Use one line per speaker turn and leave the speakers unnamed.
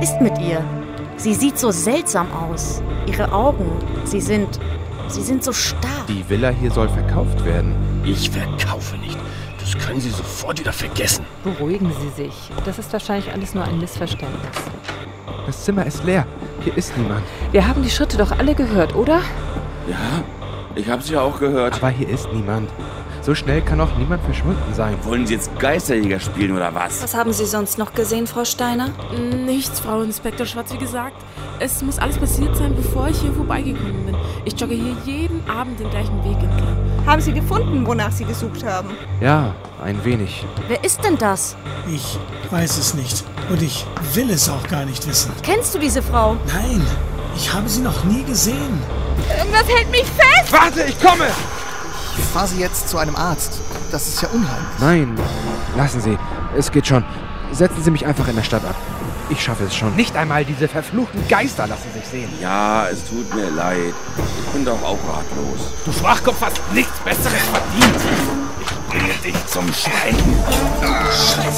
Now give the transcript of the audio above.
ist mit ihr? Sie sieht so seltsam aus. Ihre Augen, sie sind. Sie sind so starr.
Die Villa hier soll verkauft werden.
Ich verkaufe nicht. Das können Sie sofort wieder vergessen.
Beruhigen Sie sich. Das ist wahrscheinlich alles nur ein Missverständnis.
Das Zimmer ist leer. Hier ist niemand.
Wir haben die Schritte doch alle gehört, oder?
Ja, ich hab's ja auch gehört.
Aber hier ist niemand. So schnell kann auch niemand verschwunden sein.
Wollen Sie jetzt Geisterjäger spielen oder was?
Was haben Sie sonst noch gesehen, Frau Steiner?
Nichts, Frau Inspektor Schwarz. Wie gesagt, es muss alles passiert sein, bevor ich hier vorbeigekommen bin. Ich jogge hier jeden Abend den gleichen Weg entlang.
Haben Sie gefunden, wonach Sie gesucht haben?
Ja, ein wenig.
Wer ist denn das?
Ich weiß es nicht. Und ich will es auch gar nicht wissen.
Kennst du diese Frau?
Nein, ich habe sie noch nie gesehen.
Warte, ich komme!
Ich fahre sie jetzt zu einem Arzt. Das ist ja unheimlich.
Nein, lassen Sie. Es geht schon. Setzen Sie mich einfach in der Stadt ab. Ich schaffe es schon. Nicht einmal diese verfluchten Geister lassen sich sehen.
Ja, es tut mir leid. Ich bin doch auch ratlos.
Du Schwachkopf hast nichts Besseres verdient. Ich bringe dich zum Schweigen.